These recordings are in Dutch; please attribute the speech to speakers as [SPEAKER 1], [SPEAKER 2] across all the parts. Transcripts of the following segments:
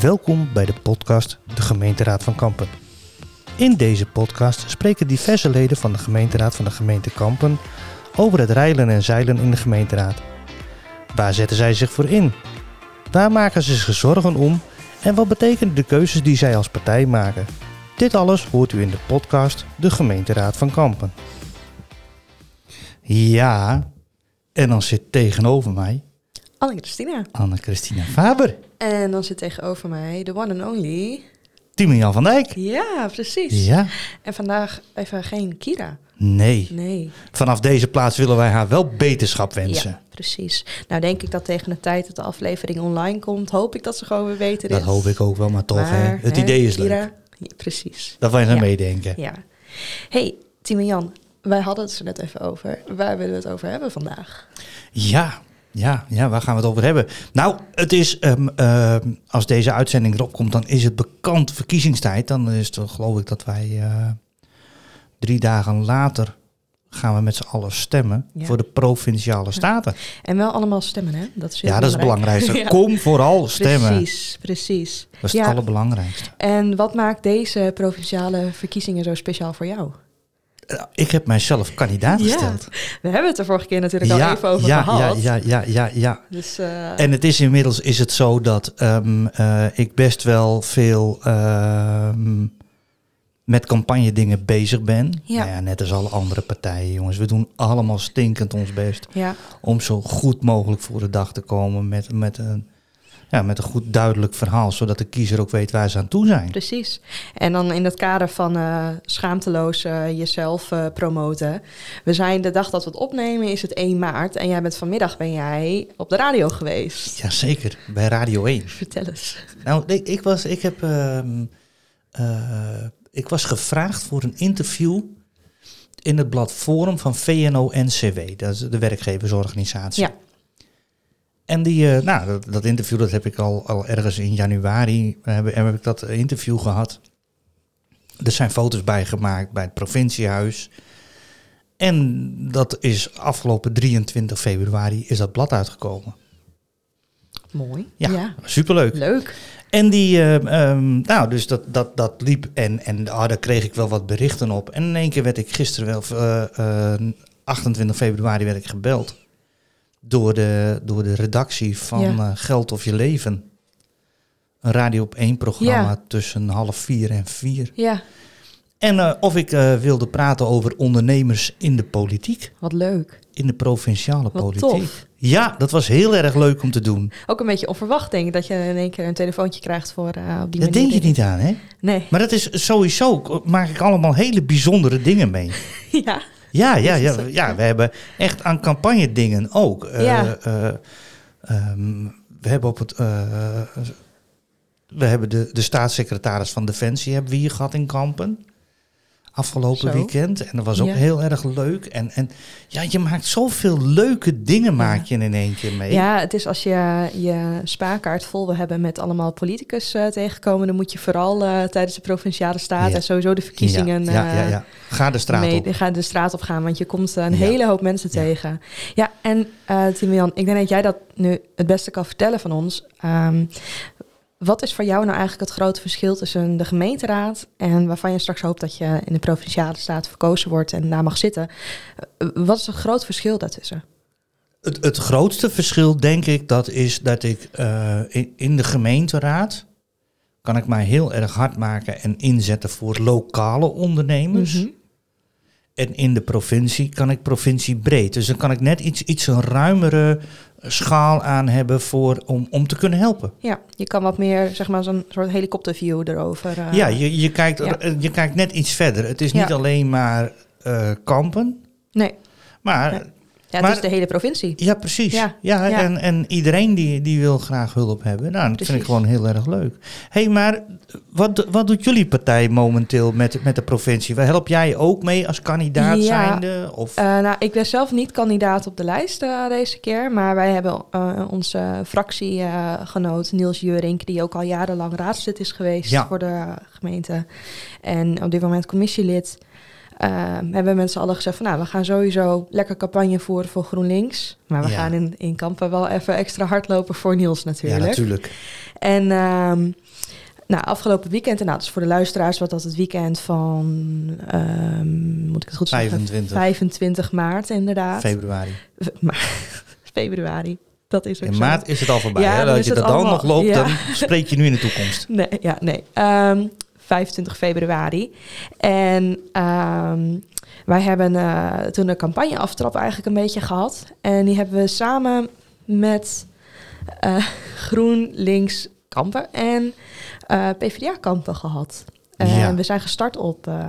[SPEAKER 1] Welkom bij de podcast De Gemeenteraad van Kampen. In deze podcast spreken diverse leden van de gemeenteraad van de gemeente Kampen over het reilen en zeilen in de gemeenteraad. Waar zetten zij zich voor in? Waar maken ze zich zorgen om? En wat betekenen de keuzes die zij als partij maken? Dit alles hoort u in de podcast De Gemeenteraad van Kampen. Ja, en dan zit tegenover mij
[SPEAKER 2] Anne-Christina.
[SPEAKER 1] Anne-Christina Faber,
[SPEAKER 2] En dan zit tegenover mij de one and only.
[SPEAKER 1] Timian van Dijk.
[SPEAKER 2] Ja, precies.
[SPEAKER 1] Ja,
[SPEAKER 2] En vandaag even geen Kira.
[SPEAKER 1] nee.
[SPEAKER 2] Nee.
[SPEAKER 1] Vanaf deze plaats willen wij haar wel beterschap wensen.
[SPEAKER 2] Ja, precies. Nou denk ik dat tegen de tijd dat de aflevering online komt, hoop ik dat ze gewoon weer beter is.
[SPEAKER 1] Dat hoop ik ook wel, maar toch, hè?
[SPEAKER 2] Maar,
[SPEAKER 1] het
[SPEAKER 2] hè,
[SPEAKER 1] idee is
[SPEAKER 2] Kira,
[SPEAKER 1] leuk.
[SPEAKER 2] Ja, precies.
[SPEAKER 1] Dat wij gaan
[SPEAKER 2] Ja.
[SPEAKER 1] meedenken.
[SPEAKER 2] Ja. Hey, Tim en Jan, wij hadden het er net even over. Waar willen we het over hebben vandaag?
[SPEAKER 1] Ja, ja, ja, waar gaan we het over hebben? Nou, het is, ehm, ehm, als deze uitzending erop komt, dan is het bekend verkiezingstijd. Dan is het, wel, geloof ik, dat wij eh, drie dagen later gaan we met z'n allen stemmen
[SPEAKER 2] Ja.
[SPEAKER 1] voor de provinciale staten.
[SPEAKER 2] En wel allemaal stemmen, hè? Dat is heel
[SPEAKER 1] Ja, dat is het belangrijkste.
[SPEAKER 2] Ja.
[SPEAKER 1] Kom vooral stemmen.
[SPEAKER 2] Precies, precies.
[SPEAKER 1] Dat is
[SPEAKER 2] Ja.
[SPEAKER 1] het allerbelangrijkste.
[SPEAKER 2] En wat maakt deze provinciale verkiezingen zo speciaal voor jou?
[SPEAKER 1] Eh, Ik heb mijzelf kandidaat gesteld.
[SPEAKER 2] We hebben het er vorige keer natuurlijk al even over
[SPEAKER 1] ja, ja,
[SPEAKER 2] gehad.
[SPEAKER 1] ja, ja, ja, ja.
[SPEAKER 2] Dus, eh,
[SPEAKER 1] En het is inmiddels is het zo dat ehm, eh, ik best wel veel ehm, met campagne dingen bezig ben.
[SPEAKER 2] Ja.
[SPEAKER 1] Nou ja, net als alle andere partijen, jongens. We doen allemaal stinkend ons best
[SPEAKER 2] ja,
[SPEAKER 1] om zo goed mogelijk voor de dag te komen met, met, een, ja, met een goed duidelijk verhaal, zodat de kiezer ook weet waar ze aan toe zijn.
[SPEAKER 2] precies. En dan in het kader van eh, schaamteloos eh, jezelf eh, promoten. We zijn de dag dat we het opnemen is het 1 maart. En jij bent vanmiddag ben jij op de radio geweest.
[SPEAKER 1] Jazeker, bij Radio 1.
[SPEAKER 2] Vertel eens.
[SPEAKER 1] Nou, nee, ik was, ik heb, ehm, eh, ik was gevraagd voor een interview in het blad Forum van VNO-NCW, dat is de werkgeversorganisatie.
[SPEAKER 2] Ja,
[SPEAKER 1] En die, eh, nou, dat, dat interview dat heb ik al, al ergens in januari eh, heb, heb ik dat interview gehad. Er zijn foto's bij gemaakt bij het provinciehuis. En dat is afgelopen 23 februari is dat blad uitgekomen.
[SPEAKER 2] mooi.
[SPEAKER 1] Ja, superleuk.
[SPEAKER 2] Leuk.
[SPEAKER 1] En die, ehm, ehm, nou, dus dat, dat, dat liep en, en ah, daar kreeg ik wel wat berichten op. En in één keer werd ik gisteren wel, eh, eh, 28 februari werd ik gebeld door de, door de redactie van
[SPEAKER 2] Ja.
[SPEAKER 1] eh, Geld of Je Leven. Een Radio op 1 programma
[SPEAKER 2] Ja.
[SPEAKER 1] tussen half vier en vier.
[SPEAKER 2] Ja,
[SPEAKER 1] En eh, of ik eh, wilde praten over ondernemers in de politiek,
[SPEAKER 2] wat leuk.
[SPEAKER 1] in de provinciale
[SPEAKER 2] Wat
[SPEAKER 1] politiek.
[SPEAKER 2] tof.
[SPEAKER 1] Ja, dat was heel erg leuk om te doen.
[SPEAKER 2] Ook een beetje onverwacht denk ik dat je in één keer een telefoontje krijgt voor eh, op die
[SPEAKER 1] Dat
[SPEAKER 2] manier.
[SPEAKER 1] denk je niet aan, hè?
[SPEAKER 2] Nee.
[SPEAKER 1] Maar dat is sowieso, maak ik allemaal hele bijzondere dingen mee.
[SPEAKER 2] ja.
[SPEAKER 1] Ja, ja,
[SPEAKER 2] Is
[SPEAKER 1] ja,
[SPEAKER 2] dat zo?
[SPEAKER 1] ja we hebben echt aan campagne dingen ook. Eh,
[SPEAKER 2] Ja.
[SPEAKER 1] eh, ehm, we hebben op het... eh, we hebben de, de staatssecretaris van Defensie hebben we hier gehad in Kampen. Afgelopen
[SPEAKER 2] Zo.
[SPEAKER 1] weekend. En dat was ook
[SPEAKER 2] Ja.
[SPEAKER 1] heel erg leuk. En, en ja, je maakt zoveel leuke dingen maak je in één keer mee.
[SPEAKER 2] Ja, het is als je je spaarkaart vol wil hebben met allemaal politicus eh, tegenkomen, dan moet je vooral eh, tijdens de provinciale staat
[SPEAKER 1] Ja.
[SPEAKER 2] en sowieso de verkiezingen.
[SPEAKER 1] Ja, ja, ja,
[SPEAKER 2] eh,
[SPEAKER 1] ja. Ga de straat
[SPEAKER 2] mee-
[SPEAKER 1] op.
[SPEAKER 2] ga de straat op gaan, want je komt eh, een
[SPEAKER 1] Ja.
[SPEAKER 2] hele hoop mensen
[SPEAKER 1] Ja.
[SPEAKER 2] tegen. Ja, en eh Timian, ik denk dat jij dat nu het beste kan vertellen van ons. Ehm, wat is voor jou nou eigenlijk het grote verschil tussen de gemeenteraad en waarvan je straks hoopt dat je in de provinciale staat verkozen wordt en daar mag zitten? Eh, Wat is het groot verschil daartussen?
[SPEAKER 1] Het, het grootste verschil, denk ik, dat is dat ik eh, in, in de gemeenteraad kan ik mij heel erg hard maken en inzetten voor lokale ondernemers.
[SPEAKER 2] Mhm.
[SPEAKER 1] En in de provincie kan ik provinciebreed. Dus dan kan ik net iets, iets een ruimere schaal aan hebben voor, om, om te kunnen helpen.
[SPEAKER 2] Ja, je kan wat meer, zeg maar, zo'n soort helikopterview erover. eh,
[SPEAKER 1] ja, je, je, kijkt,
[SPEAKER 2] ja.
[SPEAKER 1] eh, je kijkt net iets verder. Het is niet
[SPEAKER 2] Ja.
[SPEAKER 1] alleen maar eh, kampen,
[SPEAKER 2] Nee,
[SPEAKER 1] maar
[SPEAKER 2] Ja. ja, het
[SPEAKER 1] Maar-
[SPEAKER 2] is de hele provincie.
[SPEAKER 1] Ja, precies. Ja,
[SPEAKER 2] Ja, ja.
[SPEAKER 1] En, en iedereen die, die wil graag hulp hebben. Nou, dat vind ik
[SPEAKER 2] Precies.
[SPEAKER 1] gewoon heel erg leuk. Hé, hey, maar wat, wat doet jullie partij momenteel met, met de provincie? Waar Help jij ook mee als kandidaat
[SPEAKER 2] Ja.
[SPEAKER 1] zijnde? Of,
[SPEAKER 2] Eh, nou, ik ben zelf niet kandidaat op de lijst eh, deze keer, maar wij hebben eh, onze fractiegenoot Niels Jurink, die ook al jarenlang raadslid is geweest
[SPEAKER 1] Ja.
[SPEAKER 2] voor de gemeente en op dit moment commissielid. eh, hebben mensen allen gezegd van nou, we gaan sowieso lekker campagne voeren voor GroenLinks. Maar we
[SPEAKER 1] Ja.
[SPEAKER 2] gaan in, in Kampen wel even extra hard lopen voor Niels natuurlijk.
[SPEAKER 1] Ja, natuurlijk.
[SPEAKER 2] En ehm, nou, afgelopen weekend, en nou, dus voor de luisteraars was dat het weekend van, ehm, moet ik het goed zeggen?
[SPEAKER 1] 25
[SPEAKER 2] 25 maart inderdaad.
[SPEAKER 1] februari.
[SPEAKER 2] V- maar, februari, dat is ook
[SPEAKER 1] In
[SPEAKER 2] zo.
[SPEAKER 1] maart is het al voorbij.
[SPEAKER 2] Ja,
[SPEAKER 1] hè?
[SPEAKER 2] dan
[SPEAKER 1] Dat
[SPEAKER 2] is
[SPEAKER 1] je
[SPEAKER 2] het
[SPEAKER 1] dat dan nog
[SPEAKER 2] allemaal-
[SPEAKER 1] loopt,
[SPEAKER 2] ja.
[SPEAKER 1] dan spreek je nu in de toekomst.
[SPEAKER 2] Nee, ja, nee. Ehm, 25 februari. En ehm, wij hebben eh, toen de campagneaftrap eigenlijk een beetje gehad. En die hebben we samen met eh GroenLinks Kampen en eh, PvdA Kampen gehad. En
[SPEAKER 1] Ja.
[SPEAKER 2] we zijn gestart op, eh,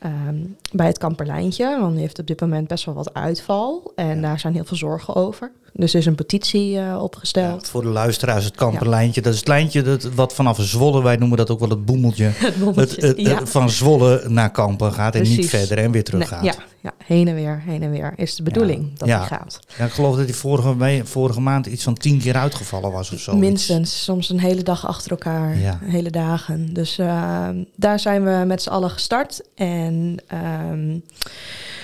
[SPEAKER 2] ehm, bij het Kamperlijntje, want die heeft op dit moment best wel wat uitval. En
[SPEAKER 1] Ja.
[SPEAKER 2] daar zijn heel veel zorgen over. Dus er is een petitie eh,
[SPEAKER 1] Ja,
[SPEAKER 2] opgesteld.
[SPEAKER 1] voor de luisteraars, het kamperlijntje. Dat is het lijntje dat, wat vanaf Zwolle, wij noemen dat ook wel het boemeltje.
[SPEAKER 2] Het
[SPEAKER 1] Het,
[SPEAKER 2] bommetje.
[SPEAKER 1] het- het
[SPEAKER 2] Ja.
[SPEAKER 1] van Zwolle naar Kampen gaat en niet
[SPEAKER 2] Precies.
[SPEAKER 1] verder en weer terug
[SPEAKER 2] Nee,
[SPEAKER 1] gaat.
[SPEAKER 2] Ja, ja, heen en weer, heen en weer is de bedoeling
[SPEAKER 1] Ja.
[SPEAKER 2] dat
[SPEAKER 1] Ja.
[SPEAKER 2] die gaat.
[SPEAKER 1] Ja, ik geloof dat hij vorige, me- vorige maand iets van tien keer uitgevallen was of zo.
[SPEAKER 2] Minstens, soms een hele dag achter elkaar,
[SPEAKER 1] Ja.
[SPEAKER 2] hele dagen. Dus ehm, daar zijn we met z'n allen gestart. En ehm,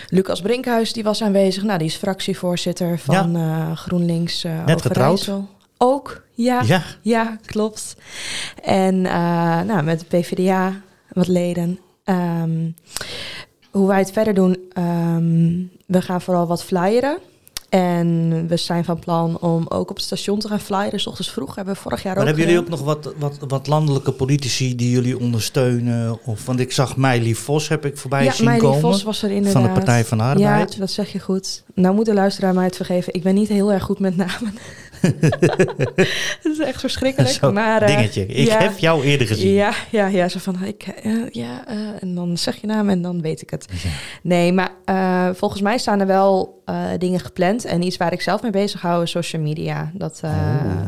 [SPEAKER 2] Lucas Brinkhuis die was aanwezig. Nou, die is fractievoorzitter van eh, GroenLinks eh
[SPEAKER 1] Net getrouwd.
[SPEAKER 2] Overijssel. Ook, ja.
[SPEAKER 1] Ja,
[SPEAKER 2] Ja, klopt. En eh, nou, met de PvdA, wat leden. Ehm, hoe wij het verder doen, ehm, we gaan vooral wat flyeren. En we zijn van plan om ook op het station te gaan flyeren, s ochtends vroeg. Hebben we vorig jaar
[SPEAKER 1] maar
[SPEAKER 2] ook
[SPEAKER 1] hebben jullie ook
[SPEAKER 2] gedaan.
[SPEAKER 1] nog wat, wat, wat landelijke politici die jullie ondersteunen? Of, want ik zag Meili Vos, heb ik voorbij
[SPEAKER 2] Ja,
[SPEAKER 1] zien
[SPEAKER 2] Meili
[SPEAKER 1] komen.
[SPEAKER 2] Vos was er inderdaad.
[SPEAKER 1] van de Partij van de Arbeid.
[SPEAKER 2] Ja, dat zeg je goed. Nou moet de luisteraar mij het vergeven. Ik ben niet heel erg goed met namen. Het is echt verschrikkelijk.
[SPEAKER 1] Zo'n
[SPEAKER 2] maar, eh,
[SPEAKER 1] dingetje. Ik
[SPEAKER 2] ja.
[SPEAKER 1] heb jou eerder gezien.
[SPEAKER 2] Ja, ja, ja. Zo van, ik, eh, ja, eh, en dan zeg je naam en dan weet ik het.
[SPEAKER 1] Ja.
[SPEAKER 2] Nee, maar eh, volgens mij staan er wel eh, dingen gepland. En iets waar ik zelf mee bezig hou is social media. Dat eh,
[SPEAKER 1] Oh.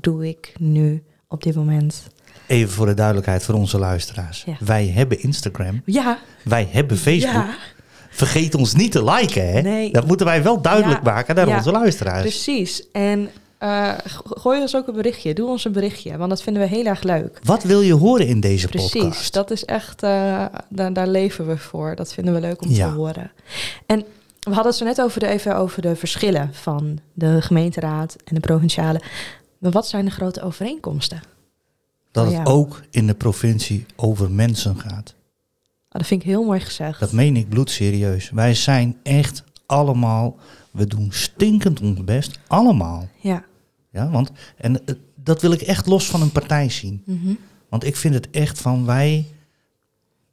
[SPEAKER 2] doe ik nu op dit moment.
[SPEAKER 1] Even voor de duidelijkheid voor onze luisteraars.
[SPEAKER 2] Ja.
[SPEAKER 1] Wij hebben Instagram,
[SPEAKER 2] Ja,
[SPEAKER 1] wij hebben Facebook.
[SPEAKER 2] ja
[SPEAKER 1] Vergeet ons niet te liken, hè?
[SPEAKER 2] Nee.
[SPEAKER 1] Dat moeten wij wel duidelijk
[SPEAKER 2] Ja,
[SPEAKER 1] maken naar
[SPEAKER 2] ja.
[SPEAKER 1] onze luisteraars.
[SPEAKER 2] precies. En eh, go- gooi ons ook een berichtje. Doe ons een berichtje, want dat vinden we heel erg leuk.
[SPEAKER 1] Wat wil je horen in deze
[SPEAKER 2] Precies,
[SPEAKER 1] podcast?
[SPEAKER 2] dat is echt, eh, daar, daar leven we voor. Dat vinden we leuk om
[SPEAKER 1] Ja.
[SPEAKER 2] te horen. En we hadden het zo net over de, even over de verschillen van de gemeenteraad en de provinciale. Maar wat zijn de grote overeenkomsten?
[SPEAKER 1] Dat het
[SPEAKER 2] Oh Ja.
[SPEAKER 1] ook in de provincie over mensen gaat.
[SPEAKER 2] Ah, dat vind ik heel mooi gezegd.
[SPEAKER 1] Dat meen ik bloedserieus. Wij zijn echt allemaal, we doen stinkend ons best, allemaal.
[SPEAKER 2] ja.
[SPEAKER 1] Ja, want, en eh, dat wil ik echt los van een partij zien.
[SPEAKER 2] Mhm.
[SPEAKER 1] Want ik vind het echt van wij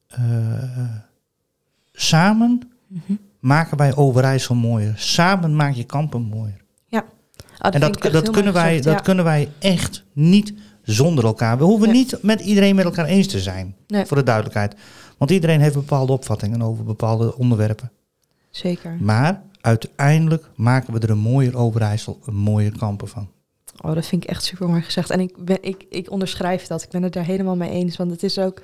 [SPEAKER 1] eh, samen
[SPEAKER 2] Mhm.
[SPEAKER 1] maken wij Overijssel mooier. Samen maak je Kampen mooier.
[SPEAKER 2] ja. Ah, dat
[SPEAKER 1] en
[SPEAKER 2] vind ik
[SPEAKER 1] dat,
[SPEAKER 2] echt
[SPEAKER 1] dat,
[SPEAKER 2] heel
[SPEAKER 1] kunnen
[SPEAKER 2] mooi
[SPEAKER 1] wij,
[SPEAKER 2] gezegd,
[SPEAKER 1] dat
[SPEAKER 2] ja.
[SPEAKER 1] kunnen wij echt niet zonder elkaar. We hoeven
[SPEAKER 2] Nee.
[SPEAKER 1] niet met iedereen met elkaar eens te zijn,
[SPEAKER 2] Nee.
[SPEAKER 1] voor de duidelijkheid. Want iedereen heeft bepaalde opvattingen over bepaalde onderwerpen.
[SPEAKER 2] Zeker.
[SPEAKER 1] Maar uiteindelijk maken we er een mooier Overijssel, een mooier kampen van.
[SPEAKER 2] Oh, dat vind ik echt super mooi gezegd. En ik, ben, ik, ik onderschrijf dat. Ik ben het daar helemaal mee eens. Want het is ook,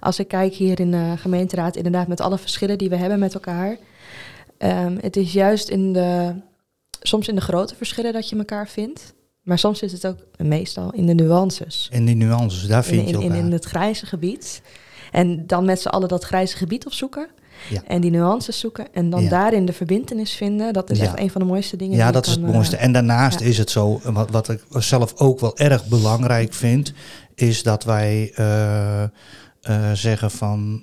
[SPEAKER 2] als ik kijk hier in de gemeenteraad, inderdaad, met alle verschillen die we hebben met elkaar. ehm, het is juist in de, soms in de grote verschillen dat je elkaar vindt. Maar soms is het ook meestal in de nuances.
[SPEAKER 1] En die nuances, daar
[SPEAKER 2] In,
[SPEAKER 1] vind je
[SPEAKER 2] in, in,
[SPEAKER 1] elkaar.
[SPEAKER 2] in het grijze gebied. En dan met z'n allen dat grijze gebied opzoeken.
[SPEAKER 1] Ja.
[SPEAKER 2] En die nuances zoeken. En dan
[SPEAKER 1] Ja.
[SPEAKER 2] daarin de verbindenis vinden. Dat is
[SPEAKER 1] Ja.
[SPEAKER 2] echt een van de mooiste dingen.
[SPEAKER 1] Ja,
[SPEAKER 2] die je
[SPEAKER 1] dat is het
[SPEAKER 2] kan, eh,
[SPEAKER 1] mooiste. En daarnaast
[SPEAKER 2] ja.
[SPEAKER 1] is het zo, en wat, wat ik zelf ook wel erg belangrijk vind, is dat wij eh, eh, zeggen van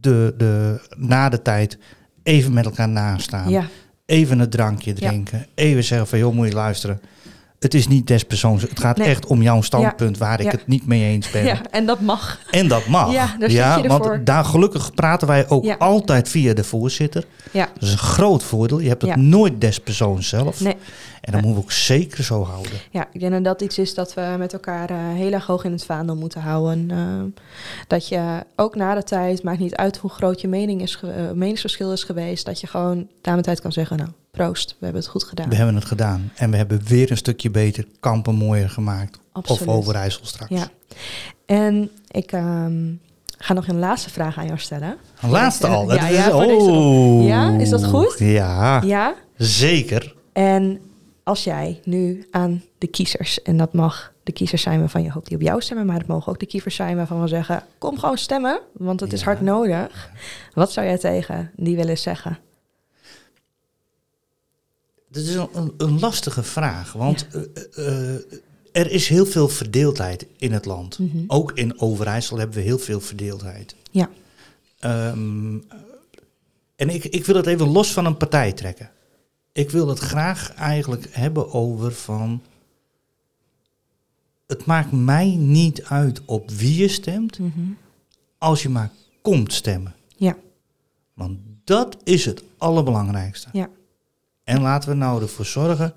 [SPEAKER 1] de, de, na de tijd even met elkaar nastaan.
[SPEAKER 2] eh, Ja,
[SPEAKER 1] Even een drankje drinken. Even zeggen van, joh, moet je luisteren. Het is niet des persoons. Het gaat
[SPEAKER 2] Nee.
[SPEAKER 1] echt om jouw standpunt waar ik
[SPEAKER 2] Ja.
[SPEAKER 1] het niet mee eens ben.
[SPEAKER 2] ja, en dat mag.
[SPEAKER 1] En dat mag.
[SPEAKER 2] Ja, daar zit je ervoor.
[SPEAKER 1] want daar gelukkig praten wij ook
[SPEAKER 2] Ja.
[SPEAKER 1] altijd via de voorzitter.
[SPEAKER 2] Ja.
[SPEAKER 1] Dat is een groot voordeel. Je hebt het
[SPEAKER 2] Ja.
[SPEAKER 1] nooit des persoons zelf.
[SPEAKER 2] Nee.
[SPEAKER 1] En dat moeten we ook zeker zo houden.
[SPEAKER 2] Ja, ik denk dat dat iets is dat we met elkaar eh, heel erg hoog in het vaandel moeten houden. Ehm, dat je ook na de tijd, maakt niet uit hoe groot je mening is ge- eh, meningsverschil is geweest, dat je gewoon na de tijd kan zeggen, nou, proost, we hebben het goed gedaan.
[SPEAKER 1] We hebben het gedaan. En we hebben weer een stukje beter kampen mooier gemaakt.
[SPEAKER 2] Absoluut.
[SPEAKER 1] Of Overijssel straks.
[SPEAKER 2] Ja. En ik ehm, ga nog een laatste vraag aan jou stellen.
[SPEAKER 1] Een laatste al.
[SPEAKER 2] Ja,
[SPEAKER 1] Dat
[SPEAKER 2] ja,
[SPEAKER 1] is,
[SPEAKER 2] voor deze
[SPEAKER 1] oh.
[SPEAKER 2] Ja, is dat goed?
[SPEAKER 1] Ja,
[SPEAKER 2] Ja?
[SPEAKER 1] zeker.
[SPEAKER 2] En als jij nu aan de kiezers, en dat mag de kiezers zijn waarvan je hoopt die op jou stemmen, maar het mogen ook de kiezers zijn waarvan we zeggen, kom gewoon stemmen, want het is
[SPEAKER 1] Ja.
[SPEAKER 2] hard nodig. Wat zou jij tegen die willen zeggen?
[SPEAKER 1] Dat is een, een, een lastige vraag, want eh, eh, er is heel veel verdeeldheid in het land. Ook in Overijssel hebben we heel veel verdeeldheid.
[SPEAKER 2] Ja.
[SPEAKER 1] Ehm, en ik, ik wil het even los van een partij trekken. Ik wil het graag eigenlijk hebben over van... Het maakt mij niet uit op wie je stemt, als je maar komt stemmen.
[SPEAKER 2] Mhm. Ja,
[SPEAKER 1] Want dat is het allerbelangrijkste.
[SPEAKER 2] ja,
[SPEAKER 1] En laten we nou ervoor zorgen,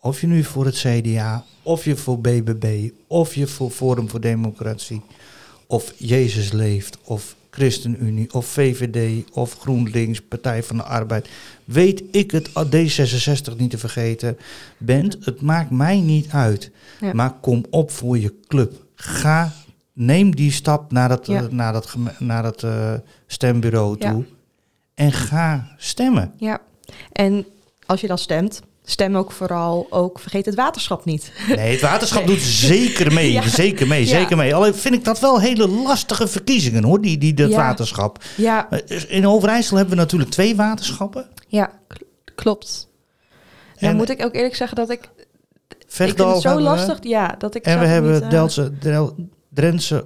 [SPEAKER 1] of je nu voor het CDA, of je voor BBB, of je voor Forum voor Democratie, of Jezus leeft, of ChristenUnie, of VVD, of GroenLinks, Partij van de Arbeid, weet ik het D66 niet te vergeten bent. Het maakt mij niet uit,
[SPEAKER 2] Ja.
[SPEAKER 1] maar kom op voor je club. Ga, neem die stap naar dat, eh,
[SPEAKER 2] Ja.
[SPEAKER 1] naar dat, geme- naar dat eh, stembureau
[SPEAKER 2] Ja.
[SPEAKER 1] toe en ga stemmen.
[SPEAKER 2] ja. En als je dan stemt, stem ook vooral ook, vergeet het waterschap niet.
[SPEAKER 1] Nee, het waterschap
[SPEAKER 2] Nee.
[SPEAKER 1] doet zeker mee.
[SPEAKER 2] Ja.
[SPEAKER 1] Zeker mee,
[SPEAKER 2] Ja.
[SPEAKER 1] zeker mee. Alleen vind ik dat wel hele lastige verkiezingen hoor, die, die dat
[SPEAKER 2] Ja.
[SPEAKER 1] waterschap. Eh,
[SPEAKER 2] Ja,
[SPEAKER 1] In Overijssel hebben we natuurlijk twee waterschappen.
[SPEAKER 2] ja, kl- klopt. Dan
[SPEAKER 1] En
[SPEAKER 2] moet ik ook eerlijk zeggen dat ik, ik vind
[SPEAKER 1] Vechtdal
[SPEAKER 2] het zo
[SPEAKER 1] hebben we.
[SPEAKER 2] lastig, ja, dat ik
[SPEAKER 1] En we
[SPEAKER 2] zelf
[SPEAKER 1] hebben
[SPEAKER 2] niet, eh,
[SPEAKER 1] Deltse, Del, Drentse,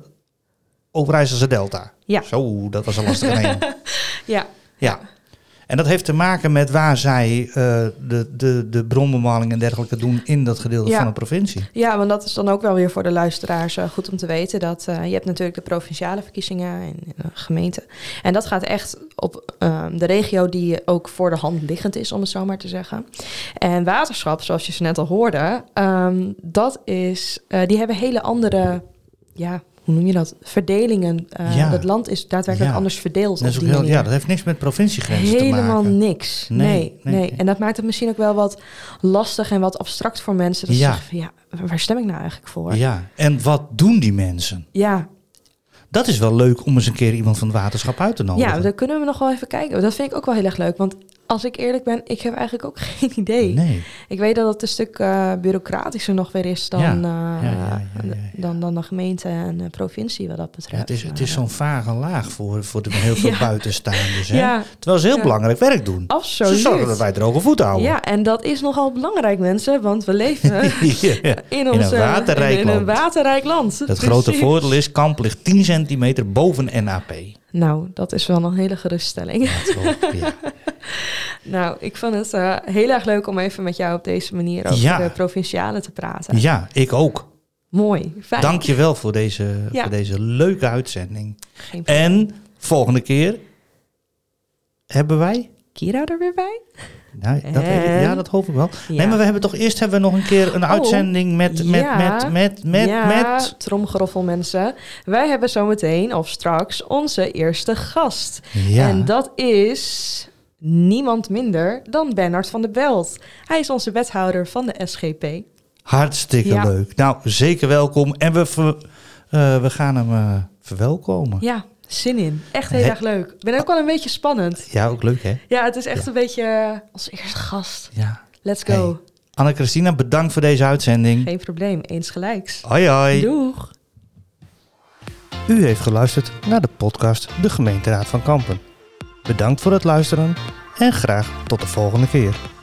[SPEAKER 1] Overijsselse Delta.
[SPEAKER 2] Ja.
[SPEAKER 1] Zo, dat was een lastige neem.
[SPEAKER 2] Ja,
[SPEAKER 1] Ja. En dat heeft te maken met waar zij eh, de, de, de bronbemalingen en dergelijke doen in dat gedeelte
[SPEAKER 2] Ja.
[SPEAKER 1] van de provincie.
[SPEAKER 2] Ja, want dat is dan ook wel weer voor de luisteraars eh, goed om te weten. Dat eh, je hebt natuurlijk de provinciale verkiezingen en eh, gemeenten. En dat gaat echt op eh, de regio die ook voor de hand liggend is, om het zo maar te zeggen. En waterschap, zoals je ze net al hoorde, ehm, dat is, eh, die hebben hele andere, ja, hoe noem je dat? Verdelingen. Eh,
[SPEAKER 1] Ja.
[SPEAKER 2] Dat land is daadwerkelijk
[SPEAKER 1] Ja.
[SPEAKER 2] anders verdeeld.
[SPEAKER 1] Dat, is
[SPEAKER 2] op
[SPEAKER 1] ook
[SPEAKER 2] die
[SPEAKER 1] heel,
[SPEAKER 2] manier.
[SPEAKER 1] ja, dat heeft niks met provinciegrenzen te maken.
[SPEAKER 2] Helemaal niks.
[SPEAKER 1] Nee,
[SPEAKER 2] Nee
[SPEAKER 1] nee,
[SPEAKER 2] nee,
[SPEAKER 1] nee.
[SPEAKER 2] En dat maakt het misschien ook wel wat lastig en wat abstract voor mensen. Dat
[SPEAKER 1] Ja.
[SPEAKER 2] ze zeggen van, ja, waar stem ik nou eigenlijk voor? Ja,
[SPEAKER 1] Ja, en wat doen die mensen?
[SPEAKER 2] ja,
[SPEAKER 1] Dat is wel leuk om eens een keer iemand van het waterschap uit te nodigen.
[SPEAKER 2] daar kunnen we nog wel even kijken. Dat vind ik ook wel heel erg leuk. Want als ik eerlijk ben, ik heb eigenlijk ook geen idee.
[SPEAKER 1] Nee.
[SPEAKER 2] Ik weet dat het een stuk eh, bureaucratischer nog weer is dan,
[SPEAKER 1] Ja.
[SPEAKER 2] eh,
[SPEAKER 1] Ja, ja, ja, ja, ja.
[SPEAKER 2] Dan, dan de gemeente en de provincie wat dat betreft.
[SPEAKER 1] het is, het
[SPEAKER 2] Maar,
[SPEAKER 1] is
[SPEAKER 2] eh,
[SPEAKER 1] zo'n vage laag voor, voor de heel veel
[SPEAKER 2] Ja.
[SPEAKER 1] buitenstaanders. Hè?
[SPEAKER 2] Ja.
[SPEAKER 1] Terwijl ze heel
[SPEAKER 2] Ja.
[SPEAKER 1] belangrijk werk doen. Ze
[SPEAKER 2] Absoluut.
[SPEAKER 1] zorgen dat wij droge voeten houden.
[SPEAKER 2] Ja, en dat is nogal belangrijk, mensen. Want we leven
[SPEAKER 1] Ja.
[SPEAKER 2] in, onze,
[SPEAKER 1] een waterrijk
[SPEAKER 2] in een
[SPEAKER 1] land.
[SPEAKER 2] waterrijk land. Dus
[SPEAKER 1] Het grote
[SPEAKER 2] Precies.
[SPEAKER 1] voordeel is, kamp ligt 10 centimeter boven NAP.
[SPEAKER 2] Nou, dat is wel een hele geruststelling.
[SPEAKER 1] Dat klopt, ja.
[SPEAKER 2] Nou, ik vond het eh, heel erg leuk om even met jou op deze manier over
[SPEAKER 1] Ja.
[SPEAKER 2] de provincialen te praten.
[SPEAKER 1] ja, ik ook.
[SPEAKER 2] Mooi, fijn.
[SPEAKER 1] Dank je wel voor deze,
[SPEAKER 2] Ja.
[SPEAKER 1] voor deze leuke uitzending.
[SPEAKER 2] Geen probleem.
[SPEAKER 1] En volgende keer hebben wij...
[SPEAKER 2] Kira er weer bij?
[SPEAKER 1] Nou, dat, weet ik-
[SPEAKER 2] En?
[SPEAKER 1] ja, dat hoop ik wel.
[SPEAKER 2] Ja. Oh,
[SPEAKER 1] Nee, maar we hebben toch eerst hebben we nog een keer een uitzending met, met,
[SPEAKER 2] ja.
[SPEAKER 1] met, met, met,
[SPEAKER 2] ja,
[SPEAKER 1] met.
[SPEAKER 2] tromgeroffel mensen. Wij hebben zometeen of straks onze eerste gast. En dat is niemand minder dan Bernard van der Belt. Hij is onze wethouder van de SGP.
[SPEAKER 1] Hartstikke
[SPEAKER 2] Ja.
[SPEAKER 1] leuk. Nou, zeker welkom. En we, ver- eh, we gaan hem eh, verwelkomen. Ja.
[SPEAKER 2] Ja, zin in. Echt heel
[SPEAKER 1] Hey.
[SPEAKER 2] erg leuk. Ik ben ook wel een beetje spannend.
[SPEAKER 1] ook leuk hè?
[SPEAKER 2] Ja, het is echt
[SPEAKER 1] Ja.
[SPEAKER 2] een beetje eh, onze eerste gast.
[SPEAKER 1] Ja.
[SPEAKER 2] Let's go.
[SPEAKER 1] Hey. Anne-Christina, bedankt voor deze uitzending.
[SPEAKER 2] Geen probleem, eens gelijks.
[SPEAKER 1] Hoi hoi.
[SPEAKER 2] Doeg!
[SPEAKER 1] U heeft geluisterd naar de podcast De Gemeenteraad van Kampen. Bedankt voor het luisteren en graag tot de volgende keer.